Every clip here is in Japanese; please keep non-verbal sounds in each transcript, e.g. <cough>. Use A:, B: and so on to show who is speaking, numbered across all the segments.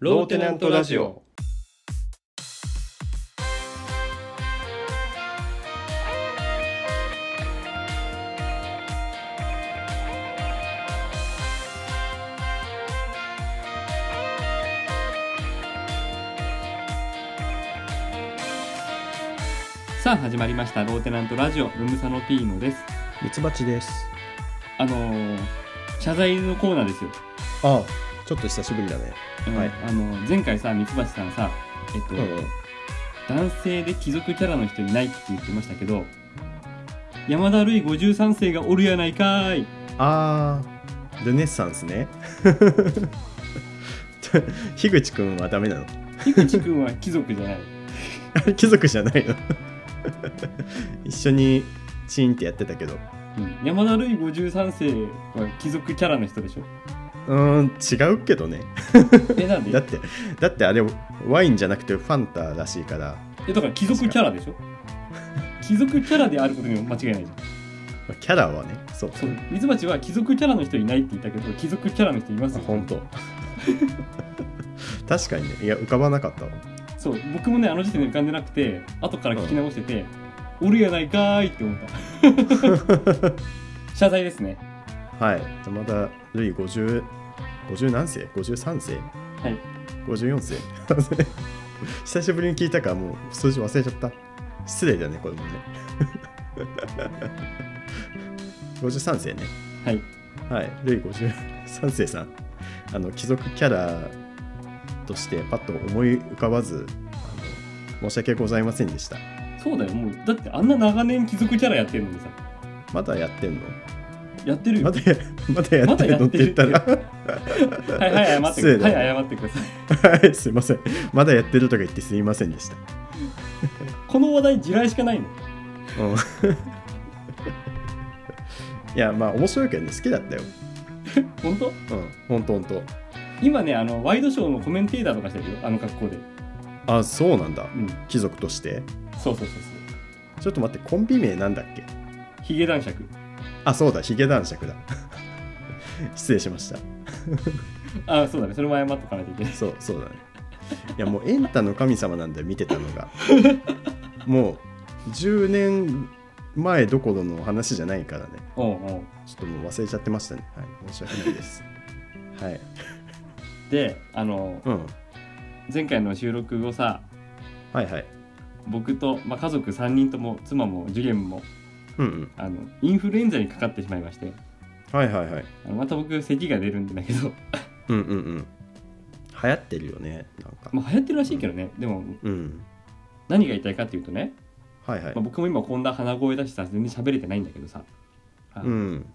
A: ローテナントラジオ。
B: さあ始まりましたローテナントラジオムムサノピーノです
C: ミツバチです。
B: あのー謝罪のコーナーですよ、
C: ああ、ちょっと久しぶりだね。
B: うん
C: はい
B: あのー前回さミツバチさんさえっと、男性で貴族キャラの人いないって言ってましたけど山田るい53世がおるやないかーい
C: ああ、ルネッサンスね。 <laughs> 樋口くんはダメなの <laughs>
B: 樋口くんは貴族じゃない
C: あれ貴族じゃないの <laughs> 一緒にチーンってやってたけど。
B: うん山田るい53世は貴族キャラの人でしょ
C: うーん、違うけどね。
B: えなんで
C: だって、だってあれ、ワインじゃなくてファンタらしいから、
B: えだから貴族キャラでしょ貴族キャラであることにも間違いないじゃん
C: キャラはね、そう。
B: そうミツバチは貴族キャラの人いないって言ったけど貴族キャラの人います
C: あ
B: よ
C: 本当。 <laughs> 確かにね、いや、浮かばなかったわ。
B: そう僕もねあの時点で浮かんでなくて後から聞き直してて「おるやないかーい」って思った
C: <laughs>
B: 謝罪ですね
C: はい。山田るい50、50何世 ?53 世
B: はい
C: 54世 <laughs> 久しぶりに聞いたからもう数字忘れちゃった失礼だねこれもね <laughs> 53世ね
B: はい
C: はいルイ53世さんあの貴族キャラとしてパッと思い浮かばずあの申し訳ございませんでした
B: そうだよもうだってあんな長年貴族キャラやってるのにさ
C: まだやってんの
B: やってるよ
C: まだや <laughs> まだやってるのって言った
B: まだや
C: ら <laughs>
B: はいはい謝ってく
C: 失礼
B: だ
C: だ
B: さい
C: よ
B: はい謝ってください
C: はいすいませんまだやってるとか言ってすいませんでした
B: この話題地雷しかないの
C: うん <laughs> いやまあ面白いけどね好きだったよ
B: 本当
C: うんほんとほんと
B: 今ねあのワイドショーのコメンテーターとかしてるよあの格好で
C: あそうなんだ
B: うん
C: 貴族として
B: そうそうそうそう
C: ちょっと待ってコンビ名なんだっけ
B: ヒゲ男爵
C: あそうだヒゲ男爵だ <laughs> 失礼しました
B: あそうだねそれも謝っとかないといけない
C: そうそうだねいやもうエンタの神様なんだよ見てたの <laughs> がもう10年前どころの話じゃないからね
B: おうおう
C: ちょっともう忘れちゃってましたねはい申し訳ないですはい
B: であの
C: うん
B: 前回の収録をさ
C: はいはい
B: 僕と、まあ、家族3人とも妻もジュゲンも
C: うんうん
B: あのインフルエンザにかかってしまいまして
C: はいはいはい
B: あのまた僕咳が出るんだけど
C: うんうんうん流行ってるよねなんか
B: まあ流行ってるらしいけどねでも
C: うん
B: 何が言いたいかっていうとね、
C: はいはい
B: まあ、僕も今こんな鼻声だしさ全然喋れてないんだけどさ、あ
C: うん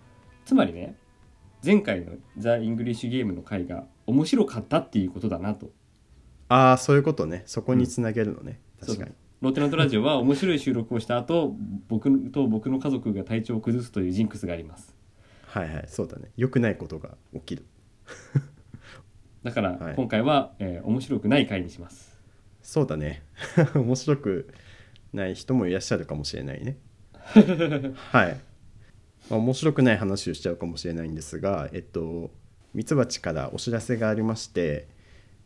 B: つまりね前回の「ザ・イングリッシュ・ゲーム」の回が面白かったっていうことだなと
C: ああそういうことねそこにつなげるのね、
B: うん
C: 確かに
B: ローテナントラジオは面白い収録をした後 <laughs> 僕と僕の家族が体調を崩すというジンクスがあります
C: はいはいそうだね良くないことが起きる
B: だから
C: はい
B: 今回は、えー面白くない回にします
C: そうだね <laughs> 面白くない人もいらっしゃるかもしれないねはい、まあ面白くない話をしちゃうかもしれないんですがえっとミツバチからお知らせがありまして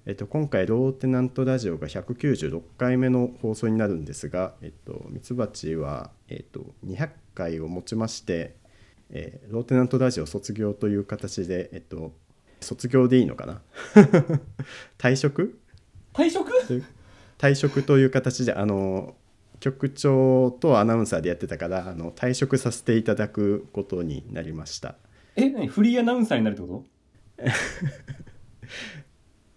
C: えっと、今回ローテナントラジオが196回目の放送になるんですが、えっと、ミツバチは、えっと、200回をもちまして、えーローテナントラジオ卒業という形で、えっと、卒業でいいのかな <laughs> 退職
B: 退職
C: という退職という形であの局長とアナウンサーでやってたからあの退職させていただくことになりました
B: え何フリーアナウンサーになるってこと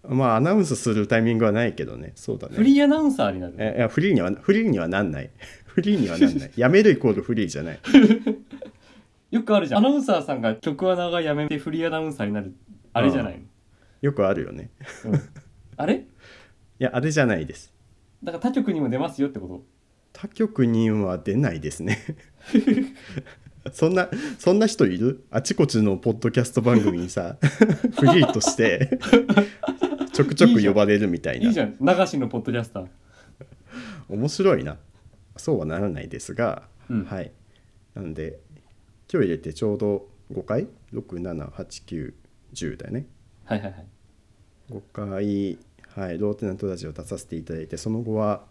C: まあアナウンスするタイミングはないけどねそうだね
B: フリーアナウンサーになる
C: えいやフリーにはフリーにはなんない <laughs> フリーにはなんないやめるイコールフリーじゃない
B: よくあるじゃんアナウンサーさんが曲アナが辞めてフリーアナウンサーになるあれじゃない
C: よくあるよね
B: の、うんあれ
C: いやあれじゃないです
B: だから他局にも出ますよってこと
C: 他局には出ないですね <laughs> そんなそんな人いるあちこちのポッドキャスト番組にさ <laughs> フリーとしてちょくちょく呼ばれるみたいない
B: いじゃん流しのポッドキャスター
C: 面白いなそうはならないですが、
B: うん
C: はいなんで今日入れてちょうど5回678910だよね
B: はいはいはい
C: 5回はい、ローテナントラジオ出させていただいてその後は、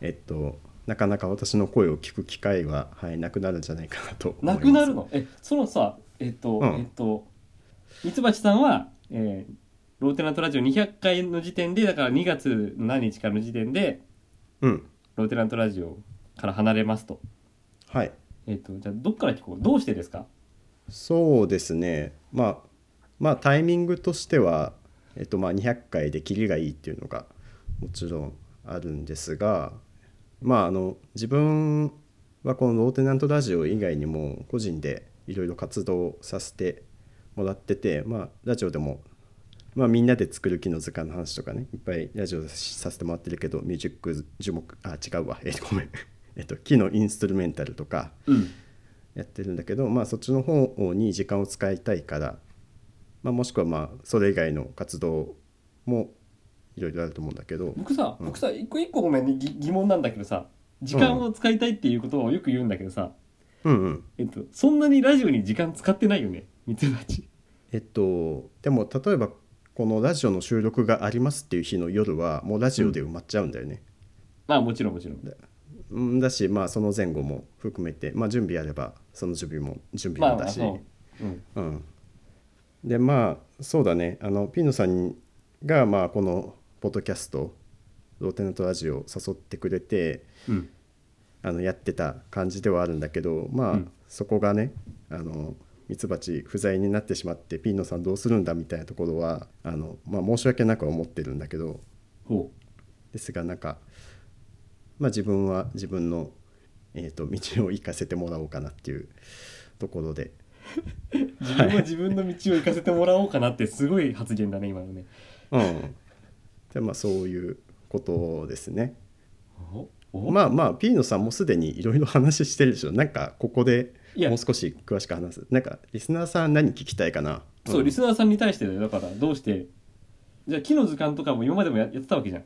C: えっと、なかなか私の声を聞く機会は、はい、なくなるんじゃないかなと思いま
B: な
C: す
B: くなるのえそのさえっと、
C: うん
B: えっとミツバチさんは、えーローテナントラジオ200回の時点でだから2月の何日かの時点で
C: うん
B: ローテナントラジオから離れますと
C: はい
B: えっとじゃあどっから聞こうどうしてですか
C: そうですねまあまあタイミングとしては、えっと、まあ200回でキリがいいっていうのがもちろんあるんですがまああの自分はこのローテナントラジオ以外にも個人でいろいろ活動させてもらってて、まあ、ラジオでも、まあ、みんなで作る木の図鑑の話とかねいっぱいラジオでさせてもらってるけどミュージック樹木あ違うわえごめん、えっと、木のインストゥルメンタルとか
B: うん
C: やってるんだけど、まあ、そっちの方に時間を使いたいから、まあ、もしくはまあそれ以外の活動もいろいろあると思うんだけど
B: 僕さ
C: うん
B: 僕さ一個一個ごめんねぎ疑問なんだけどさ時間を使いたいっていうことをよく言うんだけどさ、
C: うんうん
B: えっとそんなにラジオに時間使ってないよねミツバチ
C: えっとでも例えばこのラジオの収録がありますっていう日の夜はもうラジオで埋まっちゃうんだよね、
B: まあもちろんもちろん
C: うん、だしまあその前後も含めて、まあ、準備あればその準備も準備
B: まあ
C: も
B: ま
C: だ
B: あ
C: し、
B: そう、うん、
C: うん、でまあそうだねあのピーノさんが、まあ、このポッドキャスト「ローテナントラジオ」誘ってくれて
B: うん
C: あのやってた感じではあるんだけどまあ、
B: うん
C: そこがねあのミツバチ不在になってしまってピーノさんどうするんだみたいなところはあの、まあ、申し訳なくは思ってるんだけど
B: ほ
C: ですがなんか、まあ、自分は自分の、えー、と道を行かせてもらおうかなっていうところで
B: う自分は自分の道を行かせてもらおうかなってすごい発言だね今のね
C: うん、でまあそういうことですね。
B: おお、
C: まあまあピーノさんもすでにいろいろ話してるでしょなんかここで
B: いや
C: もう少し詳しく話すなんかリスナーさん何聞きたいかな
B: そう、
C: ん
B: リスナーさんに対してだよだからどうしてじゃあ木の図鑑とかも今までもややってたわけじゃん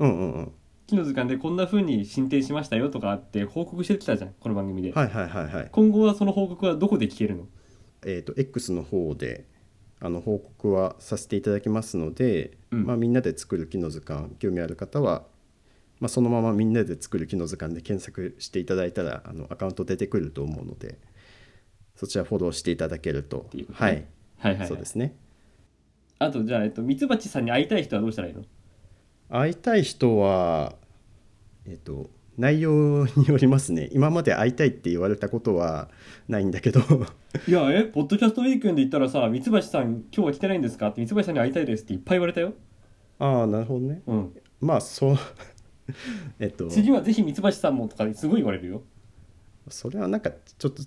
C: うんうんうん
B: 木の図鑑でこんな風に進展しましたよとかって報告してきたじゃんこの番組で、
C: はいはいはいはい
B: 今後はその報告はどこで聞けるの
C: えっ、と X の方であの報告はさせていただきますので、
B: うん
C: まあみんなで作る木の図鑑興味ある方はまあそのままみんなで作る木の図鑑で検索していただいたらあのアカウント出てくると思うのでそちらフォローしていただけると
B: ていうこと
C: はい
B: ねはいはい、はい、
C: そうですね
B: あとじゃあえっとミツバチさんに会いたい人はどうしたらいいの
C: 会いたい人はえっ、と内容によりますね今まで会いたいって言われたことはないんだけど <laughs>
B: いやえポッドキャストウィークエンド行ったらさミツバチさん今日は来てないんですかってミツバチさんに会いたいですっていっぱい言われたよ
C: ああなるほどね
B: うん
C: まあそう <laughs> えっと
B: 次はぜひミツバチさんもとかすごい言われるよ
C: それはなんかちょっと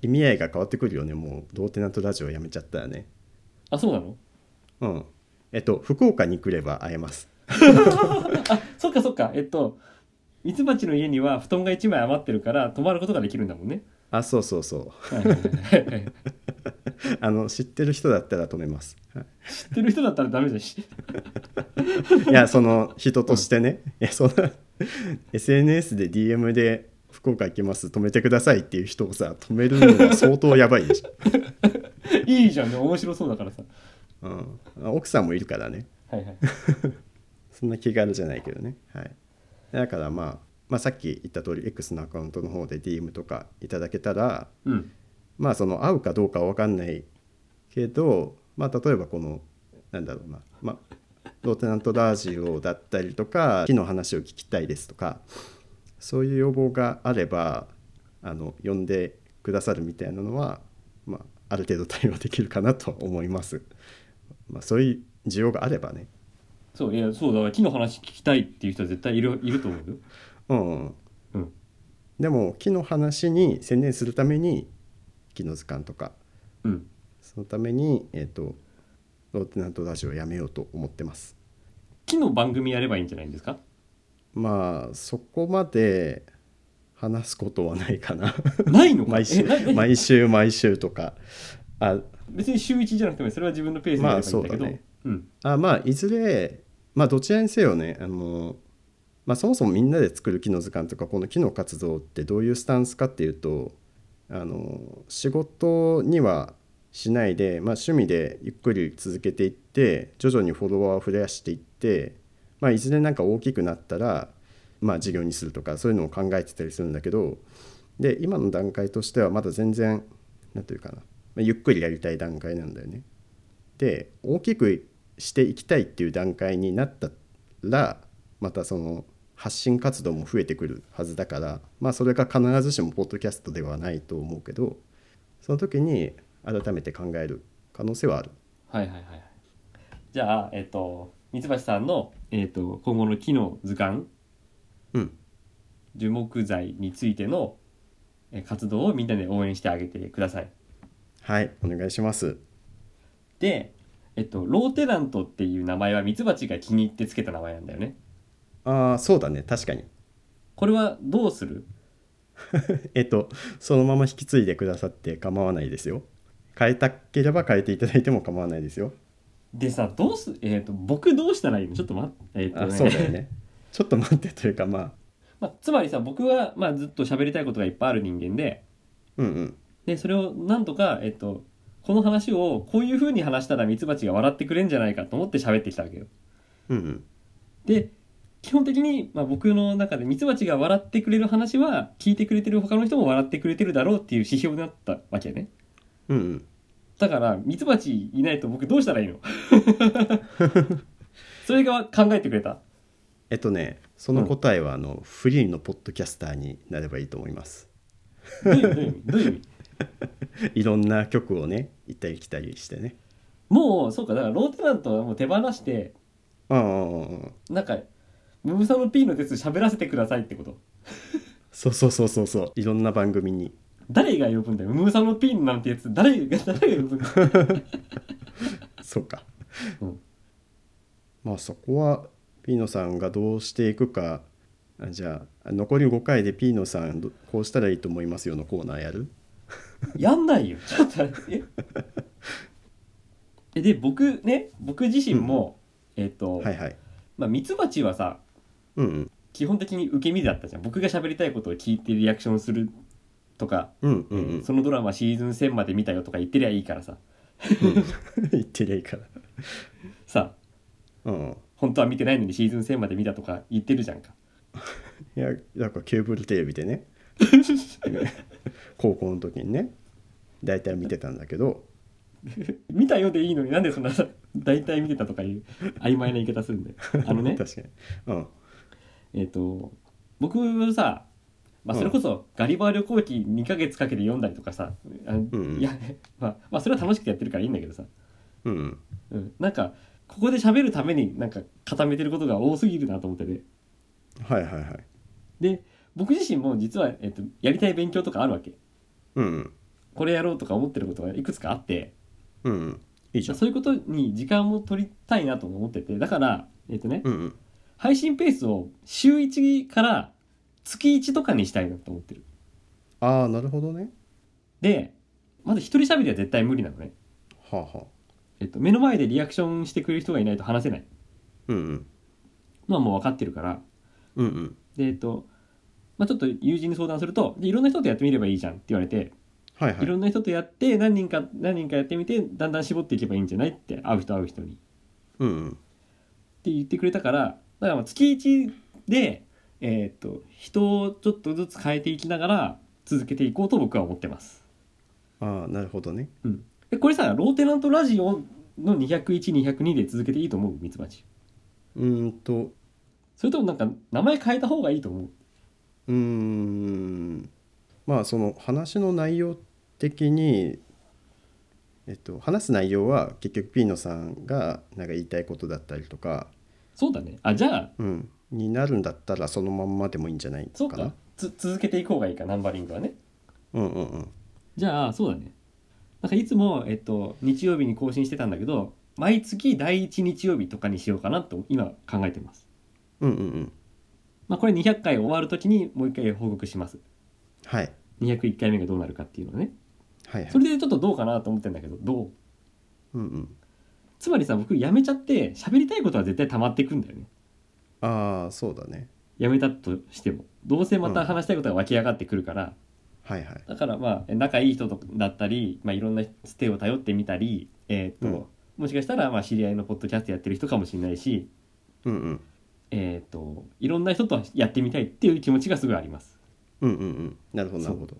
C: 意味合いが変わってくるよねもうローテナントラジオやめちゃったらね
B: あそうなの
C: うんえっと福岡に来れば会えます
B: あそっかそっかえっとミツバチの家には布団が1枚余ってるから泊まることができるんだもんね
C: あそうそうそう
B: はいはいはいはい
C: <laughs> あの知ってる人だったら止めますはい
B: 知ってる人だったらダメじゃんし
C: いやその人としてね、いやそんな SNS で DM で福岡行きます止めてくださいっていう人をさ止めるのは相当やばいでしょ、
B: いいじゃんね面白そうだからさ
C: うん、奥さんもいるからね
B: はいはい
C: そんな気軽じゃないけどね、はい、だから、まあ、まあさっき言った通り X のアカウントの方で DM とかいただけたら
B: うん
C: まあその合うかどうかは分かんないけど、まあ、例えばこのなんだろうな、まあ、ローテナントラジオだったりとか木の話を聞きたいですとかそういう要望があればあの呼んでくださるみたいなのは、まあ、ある程度対応できるかなと思います。まあ、そういう需要があればね、
B: そういやそうだから木の話聞きたいっていう人は絶対いるいると思うよ
C: うんうん、
B: うん
C: でも木の話に専念するために木の図鑑とか
B: うん
C: そのために、えっとローテナントラジオをやめようと思ってます。
B: 木の番組やればいいんじゃないんですか
C: まあそこまで話すことはないか <laughs> な
B: ないのか
C: 毎週
B: えなな
C: 毎週毎週とかあ
B: 別に週1じゃなくてもそれは自分のペースでやればいいんだけど、
C: まあそうだね
B: うん
C: あまあいずれまあどちらにせよねあの、まあ、そもそもみんなで作る木の図鑑とかこの木の活動ってどういうスタンスかっていうとあの仕事にはしないで、まあ、趣味でゆっくり続けていって徐々にフォロワーを増やしていってまあ、いずれなんか大きくなったら、まあ、事業にするとかそういうのを考えてたりするんだけどで今の段階としてはまだ全然何ていうかな、まあゆっくりやりたい段階なんだよね。で大きくしていきたいっていう段階になったらまたその発信活動も増えてくるはずだからまあそれが必ずしもポッドキャストではないと思うけどその時に改めて考える可能性はある。
B: はいはいはいはいじゃあえっ、と三橋さんの、えっと今後の木の図鑑
C: うん、
B: 樹木材についてのえー活動をみんなで応援してあげてください
C: はいお願いします。
B: でえっとローテナントっていう名前はミツバチが気に入ってつけた名前なんだよね
C: ああそうだね確かに。
B: これはどうする
C: えっとそのまま引き継いでくださって構わないですよ。変えたければ変えていただいても構わないですよ。
B: でさどうすえっ、と僕どうしたらいいのちょっと待って、えっと
C: あそうだよね。ちょっと待ってというかまあ
B: まあ、つまりさ僕は、まあ、ずっと喋りたいことがいっぱいある人間で
C: うんうん
B: でそれをなんとか、えっと、この話をこういう風に話したらミツバチが笑ってくれんじゃないかと思って喋ってきたわけよ。
C: うんうん
B: で基本的に、まあ、僕の中でミツバチが笑ってくれる話は聞いてくれてる他の人も笑ってくれてるだろうっていう指標になったわけね。
C: うんうん
B: だからミツバチいないと僕どうしたらいいの <laughs> それが考えてくれた
C: えっとねその答えはあの、フリーのポッドキャスターになればいいと思います
B: どういう意味どういう意味どういう意味
C: いろんな曲をね行ったり来たりしてね
B: もうそうかだからローテナントはもう手放して
C: ああああ
B: なんか、ムムサの P の鉄喋らせてくださいってこと。
C: そうそうそうそうそういろんな番組に
B: 誰が呼ぶんだよ。ムムサの P なんてやつ、誰が、誰が呼ぶんだよ。
C: そうか、
B: うん
C: まあそこはピーノさんがどうしていくかあじゃあ残り5回でピーノさんどこうしたらいいと思いますよのコーナーやる
B: やんないよ。ちょっと待って。えで、僕ね、僕自身も、えっ、と、
C: はいはい
B: まあ、ミツバチはさ、
C: うんうん
B: 基本的に受け身だったじゃん。僕が喋りたいことを聞いてリアクションするとか、
C: うんうんうん
B: そのドラマシーズン1000まで見たよとか言ってりゃいいからさ。
C: <laughs> 言ってりゃいいから
B: さ、
C: うん
B: 本当は見てないのにシーズン1000まで見たとか言ってるじゃんか。
C: いやなんかケーブルテレビで
B: <laughs>
C: ね高校の時にね大体見てたんだけど
B: 見たよでいいのになんでそんなさ大体見てたとかいう曖昧な言い方するんだよ。あのね、
C: 確かにうん
B: えっ、と僕はさ、まあ、
C: うん
B: それこそガリバー旅行記2ヶ月かけて読んだりとかさ、あ
C: うん
B: いや、まあ、まあそれは楽しくやってるからいいんだけどさ、
C: うん
B: うん、なんかここで喋るためになんか固めてることが多すぎるなと思ってて
C: はいはいはい
B: で僕自身も実は、えっとやりたい勉強とかあるわけ
C: うんうん
B: これやろうとか思ってることがいくつかあって、
C: うんうんいいじゃん
B: そういうことに時間を取りたいなとも思っててだからえっ、とね、
C: うんうん
B: 配信ペースを週1から月1とかにしたいなと思ってる
C: ああなるほどね
B: でまず一人喋りは絶対無理なのね、
C: はあはあ
B: えっと、目の前でリアクションしてくれる人がいないと話せない
C: うんうん
B: のはもう分かってるから
C: うんうん
B: でえっと、まあ、ちょっと友人に相談するとでいろんな人とやってみればいいじゃんって言われて、
C: はいはい
B: い、ろんな人とやって何人か何人かやってみてだんだん絞っていけばいいんじゃないって会う人会う人に
C: うんうん
B: って言ってくれたからだからまあ月1で、えっと人をちょっとずつ変えていきながら続けていこうと僕は思ってます
C: ああなるほどね
B: えこれさローテナントラジオの201202で続けていいと思うミツバチ
C: うーんと
B: それともなんか名前変えた方がいいと思う
C: うーんまあその話の内容的に、えっと、話す内容は結局ピーノさんがなんか言いたいことだったりとか、
B: そうだねあじゃあ
C: うん、になるんだったらそのまんまでもいいんじゃない
B: そう
C: か
B: か
C: な。
B: つ続けていこうがいいかナンバリングはね
C: うんうんうん
B: じゃあそうだねなんかいつも、えっと、日曜日に更新してたんだけど毎月第1日曜日とかにしようかなと今考えてます、
C: うんうんうん
B: まあ、これ200回終わる時にもう一回報告します
C: はい
B: 201回目がどうなるかっていうのね
C: はいはい
B: それでちょっとどうかなと思ってんだけどどう
C: うんうん、
B: つまりさ僕やめちゃって喋りたいことは絶対溜まっていくんだよね
C: ああそうだね
B: やめたとしてもどうせまた話したいことが湧き上がってくるから、
C: はいはい
B: だからまあ仲いい人とだったり、まあ、いろんなつてを頼ってみたり、えーっと
C: うん
B: もしかしたらまあ知り合いのポッドキャストやってる人かもしれないし
C: うんうん
B: えっ、といろんな人とやってみたいっていう気持ちがすごいあります
C: うんうんうんなるほどな
B: そう
C: るほど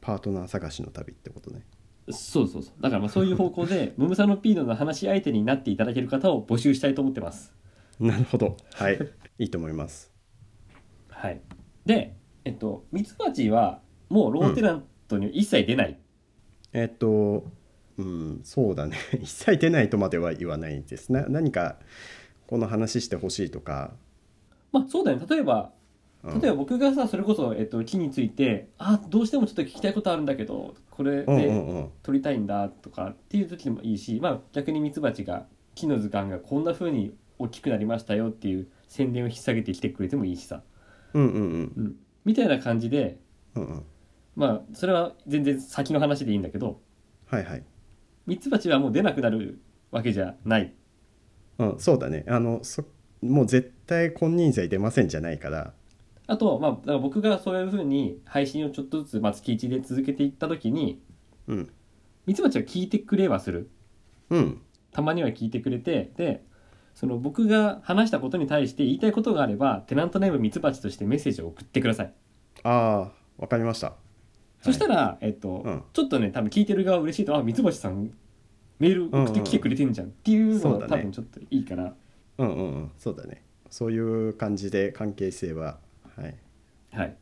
C: パートナー探しの旅ってことね
B: そうそうそうだからまあそういう方向
C: <laughs>
B: でムムサノピーノの話し相手になっていただける方を募集したいと思ってます
C: なるほどはい
B: <laughs>
C: いいと思います
B: はいでえっとミツバチはもうローテナントに一切出ない、
C: えっとうんそうだね <laughs> 一切出ないとまでは言わないですな何かこの話してほしいとか、
B: まあそうだよね例えば
C: うん
B: 例えば僕がさそれこそ、えっと、木についてあどうしてもちょっと聞きたいことあるんだけどこれ
C: うんう
B: で
C: んうん
B: 撮りたいんだとかっていう時でもいいし、まあ、逆にミツバチが木の図鑑がこんな風に大きくなりましたよっていう宣伝を引っ提げてきてくれてもいいしさ、
C: うんうんうん
B: うん、みたいな感じで
C: うんうん
B: まあそれは全然先の話でいいんだけど
C: はいはい
B: ミツバチはもう出なくなるわけじゃない
C: うん、そうだねあのそもう絶対金輪際出ませんじゃないから
B: あと、まあ、だから僕がそういう風に配信をちょっとずつ、まあ、月1で続けていった時に
C: うん
B: ミツバチは聞いてくれはする
C: うん
B: たまには聞いてくれてでその僕が話したことに対して言いたいことがあればテナントネームミツバチとしてメッセージを送ってください、
C: ああわかりました
B: そした
C: ら、
B: ら、えっと
C: うん
B: ちょっとね多分聞いてる側嬉しいとあミツバチさんメール送ってきてくれてんじゃんっていうの
C: そう
B: が
C: だ
B: 多
C: ね
B: 分ちょっといいから、
C: はいうんうんうんそうだねそういう感じで関係性は、はい、
B: はい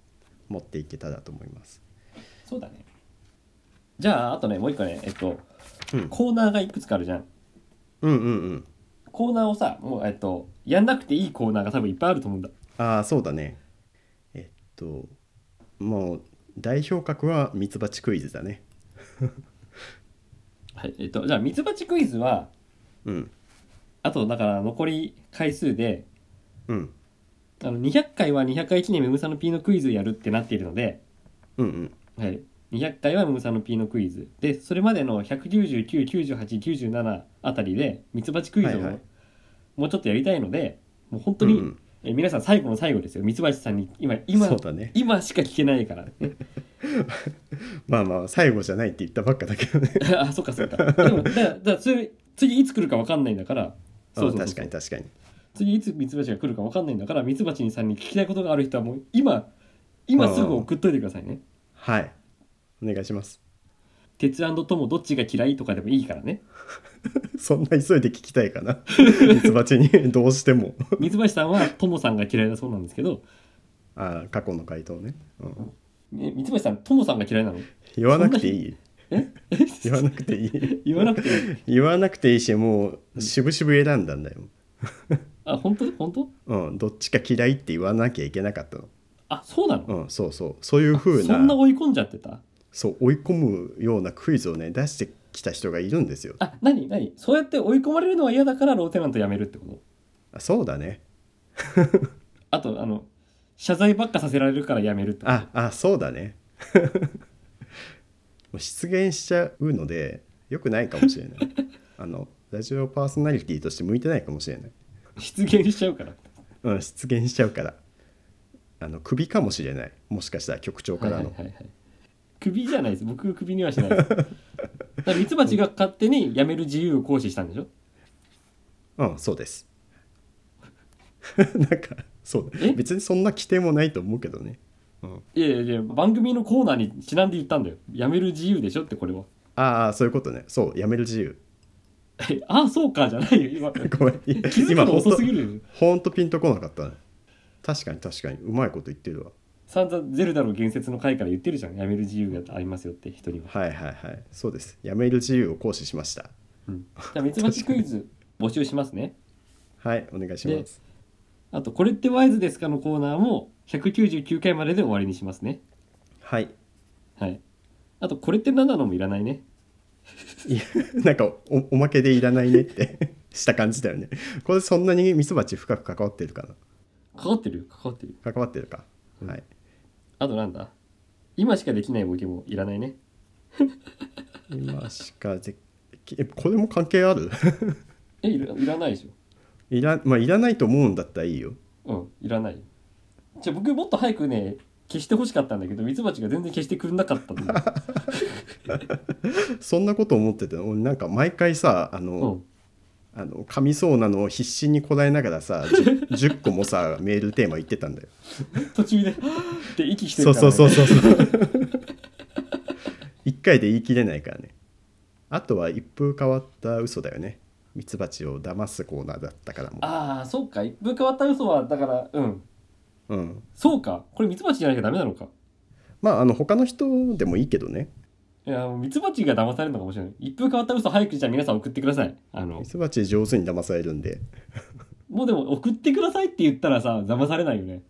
C: 持っていけたらと思います
B: そうだねじゃああとねもう一個ねえっと
C: うん
B: コーナーがいくつかあるじゃん
C: うんうんうん
B: コーナーをさもうえっとやんなくていいコーナーが多分いっぱいあると思うんだ
C: ああそうだねえっともう代表格はミツバチクイズだね
B: はいえっとじゃあミツバチクイズは
C: うん
B: あとだから残り回数で
C: うん
B: あの200回は200回記念ムムサノピーのクイズやるってなっているので、
C: うんうん
B: はい、200回はムムサノピーのクイズでそれまでの1999897あたりでミツバチクイズを
C: はいはい
B: もうちょっとやりたいので、もう本当
C: うん
B: に、
C: うん
B: え皆さん最後の最後ですよミツバチさんに今今
C: そうだね
B: 今しか聞けない
C: <laughs>
B: から、ね、
C: まあまあ最後じゃないって言ったばっかだけどね
B: あそっかそっかでもだからだから次次いつ来るか分かんないんだから
C: そう <laughs> 確かに確かに
B: 次いつミツバチが来るか分かんないんだからミツバチさんに聞きたいことがある人はもう今今すぐ送っといてくださいね
C: はいお願いします
B: 鉄ともどっちが嫌いとかでもいいからね
C: そんな急いで聞きたいか <laughs> なミツバチにどうしても
B: 水橋さんはともさんが嫌いだそうなんですけど、
C: あー過去の回答ね、うん、
B: ね、水橋さんともさんが嫌いなの
C: 言わなくていい
B: え
C: 言わなくていい
B: 言わなくていい
C: 言わなくていいしもう渋々選んだんだよ、
B: あ本当本当
C: うん、どっちか嫌いって言わなきゃいけなかったの、
B: あそうなの、
C: うん、そうそうそういう風
B: そ
C: なん
B: な追い込んじゃってた
C: そう追い込むようなクイズをね出してきた人がいるんですよ
B: あ何何そうやって追い込まれるのは嫌だからローテナントやめるってこと
C: あそうだね
B: あとあの謝罪ばっかさせられるからやめるってこと
C: ああそうだね <laughs> もう出現しちゃうのでよくないかも
B: <laughs>
C: しれないあのラジオパーソナリティとして向いてないかもしれない、
B: 出現しちゃうから
C: うん、出現しちゃうからあの首かもしれないもしかしたら局長から
B: はいは
C: の、
B: いはいはい首じゃないです僕首にはしないですだからミツバチが勝手に辞める自由を行使したんでしょ
C: うんそうです <laughs> なんかそう
B: え
C: 別にそんな規定もないと思うけどね、うん、
B: いやいやいや番組のコーナーにちなんで言ったんだよ辞める自由でしょってこれは
C: ああそういうことねそうやめる自由 <laughs>
B: ああそうかじゃないよ今
C: ごめん
B: 気づく
C: 今
B: の
C: ほん
B: 遅
C: と
B: すぎるよ
C: ほんとピンとこなかったね確かに確かにうまいこと言ってるわ
B: 散々ゼルダの伝説の回から言ってるじゃん辞める自由がありますよって人には、
C: はいはいはいそうですやめる自由を行使しました
B: うん、じゃあミツバチクイズ募集しますね
C: はいお願いします
B: あと「これってワイズですか?」のコーナーも199回までで終わりにしますね
C: はい
B: はいあと「これって何なの?」もいらないね
C: いやなんかおおまけでいらないねって <laughs> した感じだよねこれそんなにミツバチ深く関わってるかな
B: かかってるよかかってるよ
C: 関わってるか、はい
B: あとなんだ今しかできないボケもいらないね
C: 今しかぜえこれも関係ある
B: えいらいらないでし
C: いらまあいらないと思うんだったらいいよ
B: ょうんいらないよじゃあ僕もっと早くね消してほしかったんだけどミツバチが全然消してくれなかったんだよ
C: そんなこと思ってて俺なんか毎回さあの、
B: うん
C: あの噛みそうなのを必死にこらえながらさ <laughs> 10, 10個もさメールテーマ言ってたんだよ。
B: 途中で <laughs> って息して
C: そう
B: るから、ね、
C: そうそうそうそう。一回で言い切れないからね。あとは一風変わった嘘だよね。ミツバチを騙すコーナーだったからも
B: ああそうか一風変わった嘘はだからうん
C: う。うん。
B: そうかこれミツバチじゃなきゃダメなのか
C: まああの他の人でもいいけどね。
B: いやもうミツバチが騙されるのかもしれない一風変わった嘘早くじゃあ皆さん送ってくださいあの
C: ミツバチ上手に騙されるんで。
B: もうでも送ってくださいって言ったらさ騙されないよね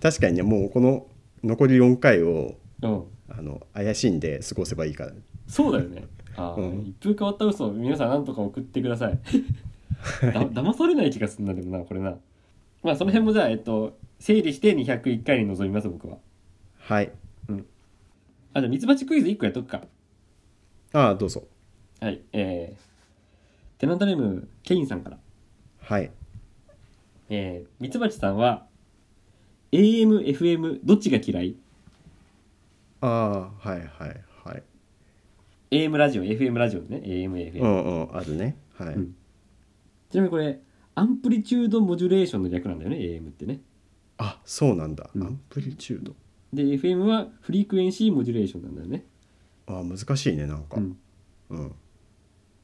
C: 確かにねもうこの残り4回を
B: うん
C: あの怪しんで過ごせばいいから。
B: そうだよ
C: <laughs>
B: ねあー、
C: うん
B: 一風変わった嘘皆さんなんとか送ってくだ
C: <laughs>
B: さいだ騙されない気がするんだでもなこれなまあその辺もじゃあえっと整理して201回に臨みます僕は
C: はい。
B: あじゃあミツバチクイズ1個やっとくか
C: ああどうぞ。
B: はいえー、テナントネームケインさんから
C: はい。
B: えー、ミツバチさんは AMFM どっちが嫌い
C: ああはいはいはい。
B: AM ラジオ FM ラジオね AMFM、
C: うんうんあるね。はい。
B: うんちなみにこれアンプリチュードモジュレーションの略なんだよね AM ってね
C: あそうなんだ。
B: うん
C: アンプリチュード。
B: で FM はフリクエンシーモジュレーションなんだよね
C: ああ難しいねなんか。
B: うん
C: うん、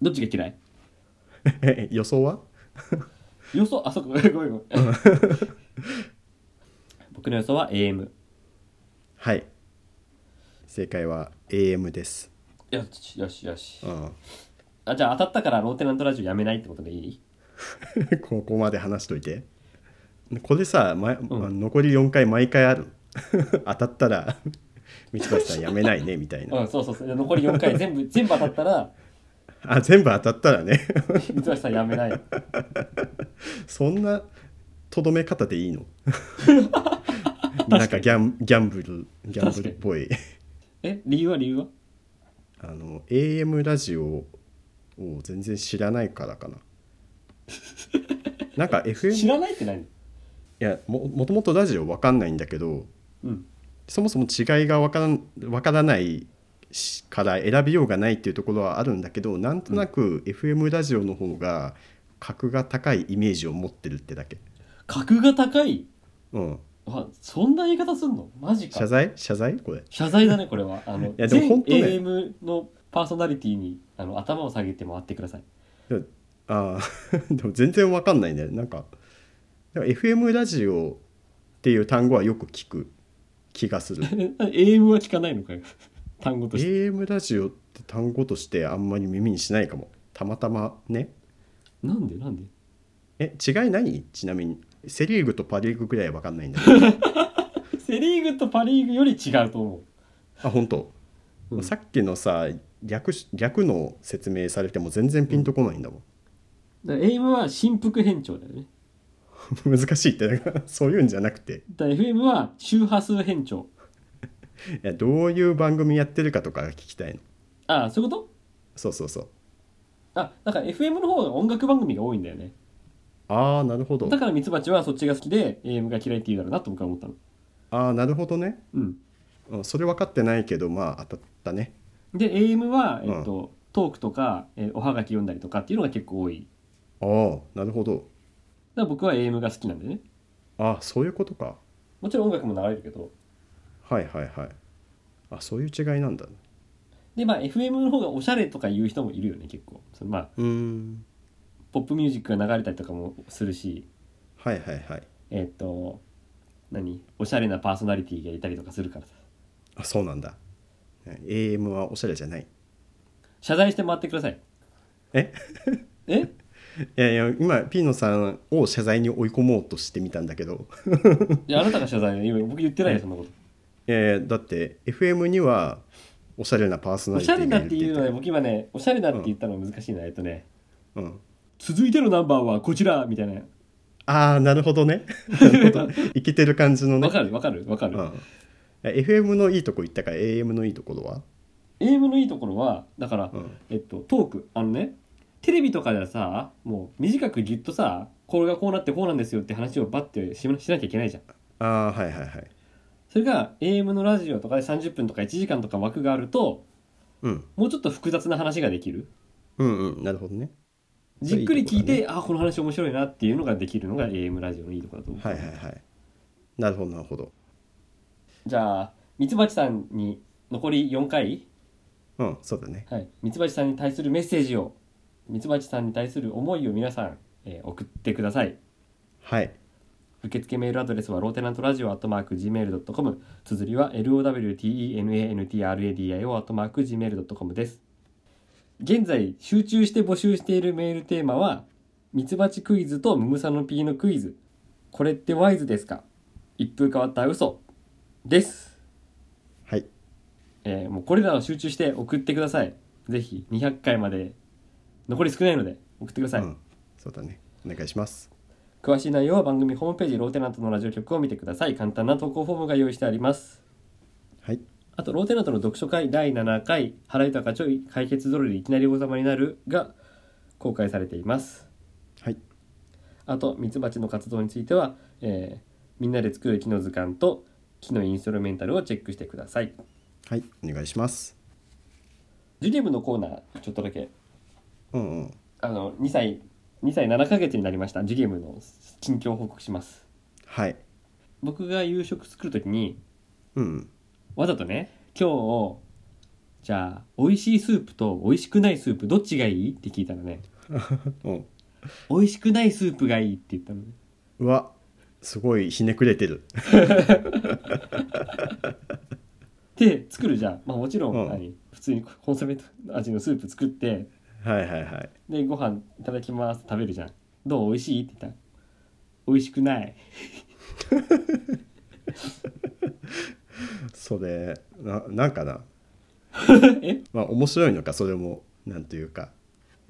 B: どっちが嫌い
C: え予想は
B: 予想あそこ <laughs> ごめんごめん僕の予想は AM い
C: はい正解は AM です、
B: やよしよしよし
C: <laughs> うん、
B: あじゃあ当たったからローテナントラジオやめないってことでいい
C: ここまで話しといてこれさ、ま
B: ん
C: あ残り4回毎回ある <laughs> 当たったら道橋さんやめないねみたいな <laughs>
B: うんそうそうそうで残り4回全部 <laughs> 全部当たったら
C: あ全部当たったらね
B: 三橋さんやめない
C: そんなとどめ方で <laughs> いいのなんかギャンギャンブルギャンブルっぽい
B: え理由は理由は
C: あの AM ラジオを全然知らないからかななんか FM
B: 知らないって何
C: いやももともとラジオわかんないんだけど
B: うん
C: そもそも違いがわからんわからないしから選びようがないっていうところはあるんだけどなんとなく FM ラジオの方が格が高いイメージを持ってるってだけ、
B: 格が高い
C: うん、
B: あそんな言い方すんのマジか
C: 謝罪謝罪これ
B: 謝罪だねこれはあの
C: やでも本当ね
B: 全 AM のパーソナリティにあの頭を下げて回ってください <laughs>
C: でもあ <laughs> ーでも全然わかんないねなんかでも FM ラジオっていう単語はよく聞く気がす
B: <laughs>
C: る
B: AM は聞かないのかよ単語として
C: AM ラジオって単語としてあんまり耳にしないかもたまたまね
B: なんでなんで
C: え違い何ちなみにセ・リーグとパ・リーグぐらいわかんないんだ
B: <laughs>
C: けど
B: セ・リーグとパ・リーグより違うと思
C: あ本当、
B: う、うん
C: さっきのさ略し略の説明されても全然ピンとこないんだ <laughs> も
B: だから AM は振幅変調だよね
C: ん難しいってだからそういうんじゃなくて
B: だから FM は周波数変調
C: いやどういう番組やってるかとかが聞きたいの
B: ああそういうこ
C: そうそうそう
B: とあだから FM の方が音楽番組が多いんだよね
C: ああなるほど
B: だからミツバチはそっちが好きで AM が嫌いって言うだろうなと僕は思ったの
C: ああなるほどね、
B: うん
C: うん、それ分かってないけどまあ当たったね
B: で AM は、
C: うん
B: えっとトークとか、えーおはがき読んだりとかっていうのが結構多い
C: ああなるほど
B: だから僕は AM が好きなんでね
C: ああそういうことか
B: もちろん音楽も流れるけど
C: はいはいはいあそういう違いなんだ
B: でまあ FM の方がおしゃれとか言う人もいるよね結構そのまあ
C: うーん
B: ポップミュージックが流れたりとかもするし
C: はいはいはい
B: えっ、と何おしゃれなパーソナリティがいたりとかするからさ
C: あそうなんだ AM はおしゃれじゃない
B: 謝罪して回ってください
C: え
B: え
C: いやいや今ピーノさんを謝罪に追い込もうとしてみたんだけど
B: いやあなたが謝罪だよ今僕言ってないよそんなこと
C: いやいやだって FM にはおしゃれなパーソ
B: お
C: ナリ
B: し
C: テ
B: ゃ
C: ィ
B: れない
C: がる
B: っていうのは
C: 言
B: ね
C: って
B: 僕今ねおしゃれなって言ったのが難しいなえっとね
C: たうん、
B: 続いてのナンバーはこちらみたいな
C: ああなるほ
B: <laughs>
C: どねなるほどいけてる感じのね
B: わ、かるわかるわか
C: う
B: る、
C: ん、いや FM のいいとこ行ったから AM のいいところは
B: AM のいいところはだから、
C: うん
B: えっと、トークあのねテレビとかではさもう短くギュッとさこれがこうなってこうなんですよって話をバッてしましなきゃいけないじゃん
C: ああはいはいはい
B: それが AM のラジオとかで30分とか1時間とか枠があると
C: うん
B: もうちょっと複雑な話ができる
C: うんうんなるほどね
B: じっくり聞い
C: それいい
B: てあこの話面白いなっていうのができるのが AM ラジオのいいところだと思う、
C: はいはいはいなるほどなるほど
B: じゃあミツバチさんに残り4回
C: うんそうだね
B: はい、ミツバチさんに対するメッセージをミツバチさんに対する思いを皆さん、えー送ってください
C: はい
B: 受付メールアドレスはローテナントラジオアットマーク Gmail.com 綴りは LOWTENANTRADIO アットマーク Gmail.com です現在集中して募集しているメールテーマはミツバチクイズとムムサノピーのクイズこれってワイズですか一風変わった嘘です
C: はい
B: えーもうこれらを集中して送ってくださいぜひ200回まで残り少ないので送ってください、
C: うん、そうだねお願いします
B: 詳しい内容は番組ホームページローテナントのラジオ局を見てください簡単な投稿フォームが用意してあります
C: はい
B: あとローテナントの読書会第7回「払いと赤ちょい解決ドルでいきなり王様になる」が公開されています
C: はい
B: あとミツバチの活動については、えーみんなで作る木の図鑑と木のインストルメンタルをチェックしてください
C: はいお願いします
B: ジュリウムのコーナーちょっとだけ
C: うんうん
B: あの2歳2歳7ヶ月になりましたジュリウムの近況を報告します
C: はい
B: 僕が夕食作る時に
C: うん
B: わざとね今日じゃあ美味しいスープと美味しくないスープどっちがいいって聞いたらね
C: うん
B: 美味しくないスープがいいって言ったのね
C: うわすごいひねくれてる <laughs>
B: で作るじゃん、まあ、もちろん、
C: うん
B: 何普通にコンソメ味のスープ作って
C: はいはいはい
B: でご飯いただきます食べるじゃんどう美味しいって言ったら美味しくない
C: それななんかな
B: <laughs> え
C: まあ面白いのかそれもなんというか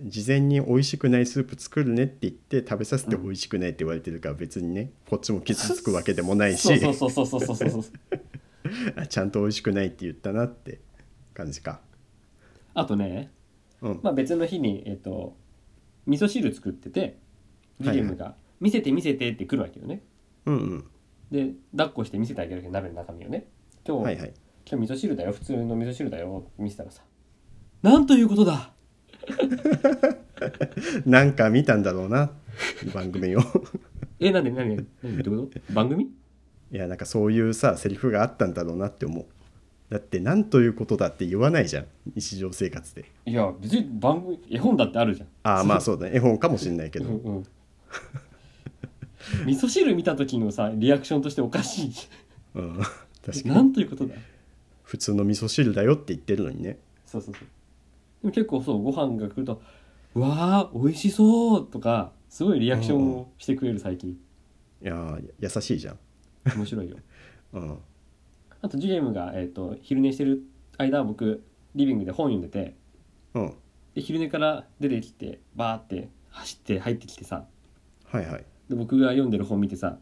C: 事前に美味しくないスープ作るねって言って食べさせて美味しくないって言われてるから別にねこっちも傷つくわけでもない
B: <laughs>
C: し
B: そうそうそうそうそうそうそう
C: あちゃんと美味しくないって言ったなって感じか
B: あとね
C: うん
B: まあ、別の日に、えっと味噌汁作っててジュリウムが「見せて見せて」って来るわけよね
C: うんうん
B: で抱っこして見せてあげるわけ鍋の中身をね今日、
C: はいはい
B: 今日味噌汁だよ普通の味噌汁だよ見せたらさ「なんということだ
C: なんか見たんだろうな番組を <laughs>
B: えなんでなんでなんでどういうこと番組
C: いやなんかそういうさセリフがあったんだろうなって思うだってなんということだって言わないじゃん日常生活で
B: いや別に番組絵本だってあるじゃん
C: ああまあそうだね絵本かもしんないけ
B: うん
C: ど
B: うん味噌汁見た時のさリアクションとしておかしいじ
C: うん
B: <laughs>
C: 確
B: ゃん
C: か
B: な
C: に
B: んということだ
C: 普通の味噌汁だよって言ってるのにね
B: そうそうそうでも結構そうご飯が来ると「うわー美味しそう」とかすごいリアクションをしてくれる最近
C: いやー優しいじゃん
B: 面白いよ <laughs>
C: うん
B: あとジュゲームが、えー、と昼寝してる間僕リビングで本読んでて
C: うん
B: で昼寝から出てきてバーって走って入ってきてさ
C: はいはい <laughs>
B: で僕が読んでる本見てさ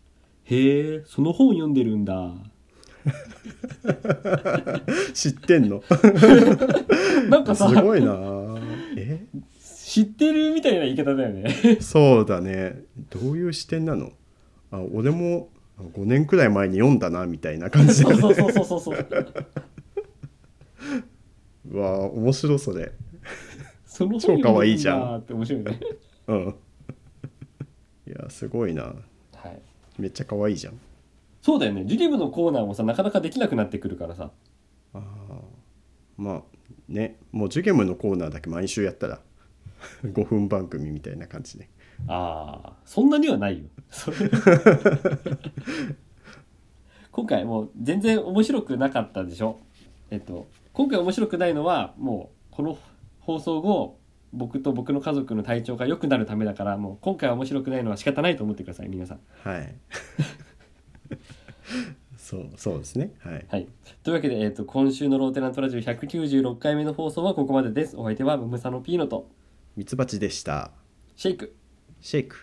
B: 「へえその本読んでるんだ」
C: 知っ
B: <laughs>
C: てんの
B: なんか
C: す
B: さ
C: ごいな
B: <laughs>
C: ーえ
B: 知ってるみたいな言い方だよね
C: そうだねどういう視点なのあ俺も5年くらい前に読んだなみたいな感じ
B: そ
C: で
B: うそうそうそうそうそう
C: <laughs> うわあ面白それ
B: <laughs> その本
C: 超可愛いじゃん
B: 読でるだって面白いね
C: うん <laughs> いやすごいな
B: はい
C: めっちゃ可愛いじゃん
B: そうだよねジュリブのコーナーもさなかなかできなくなってくるからさ
C: あーまあねもうジュゲムのコーナーだけ毎週やったら <laughs> 5分番組みたいな感じで
B: あーそんなにはないよそれ今回もう全然面白くなかったでしょえっと今回面白くないのはもうこの放送後僕と僕の家族の体調が良くなるためだからもう今回は面白くないのは仕方ないと思ってください皆さん
C: はい <laughs> そうそうですねはい
B: はいというわけで、えっと、今週のローテナントラジオ196回目の放送はここまでですお相手はムムサノピーノと
C: ミツバチでした
B: シェイク
C: シェイク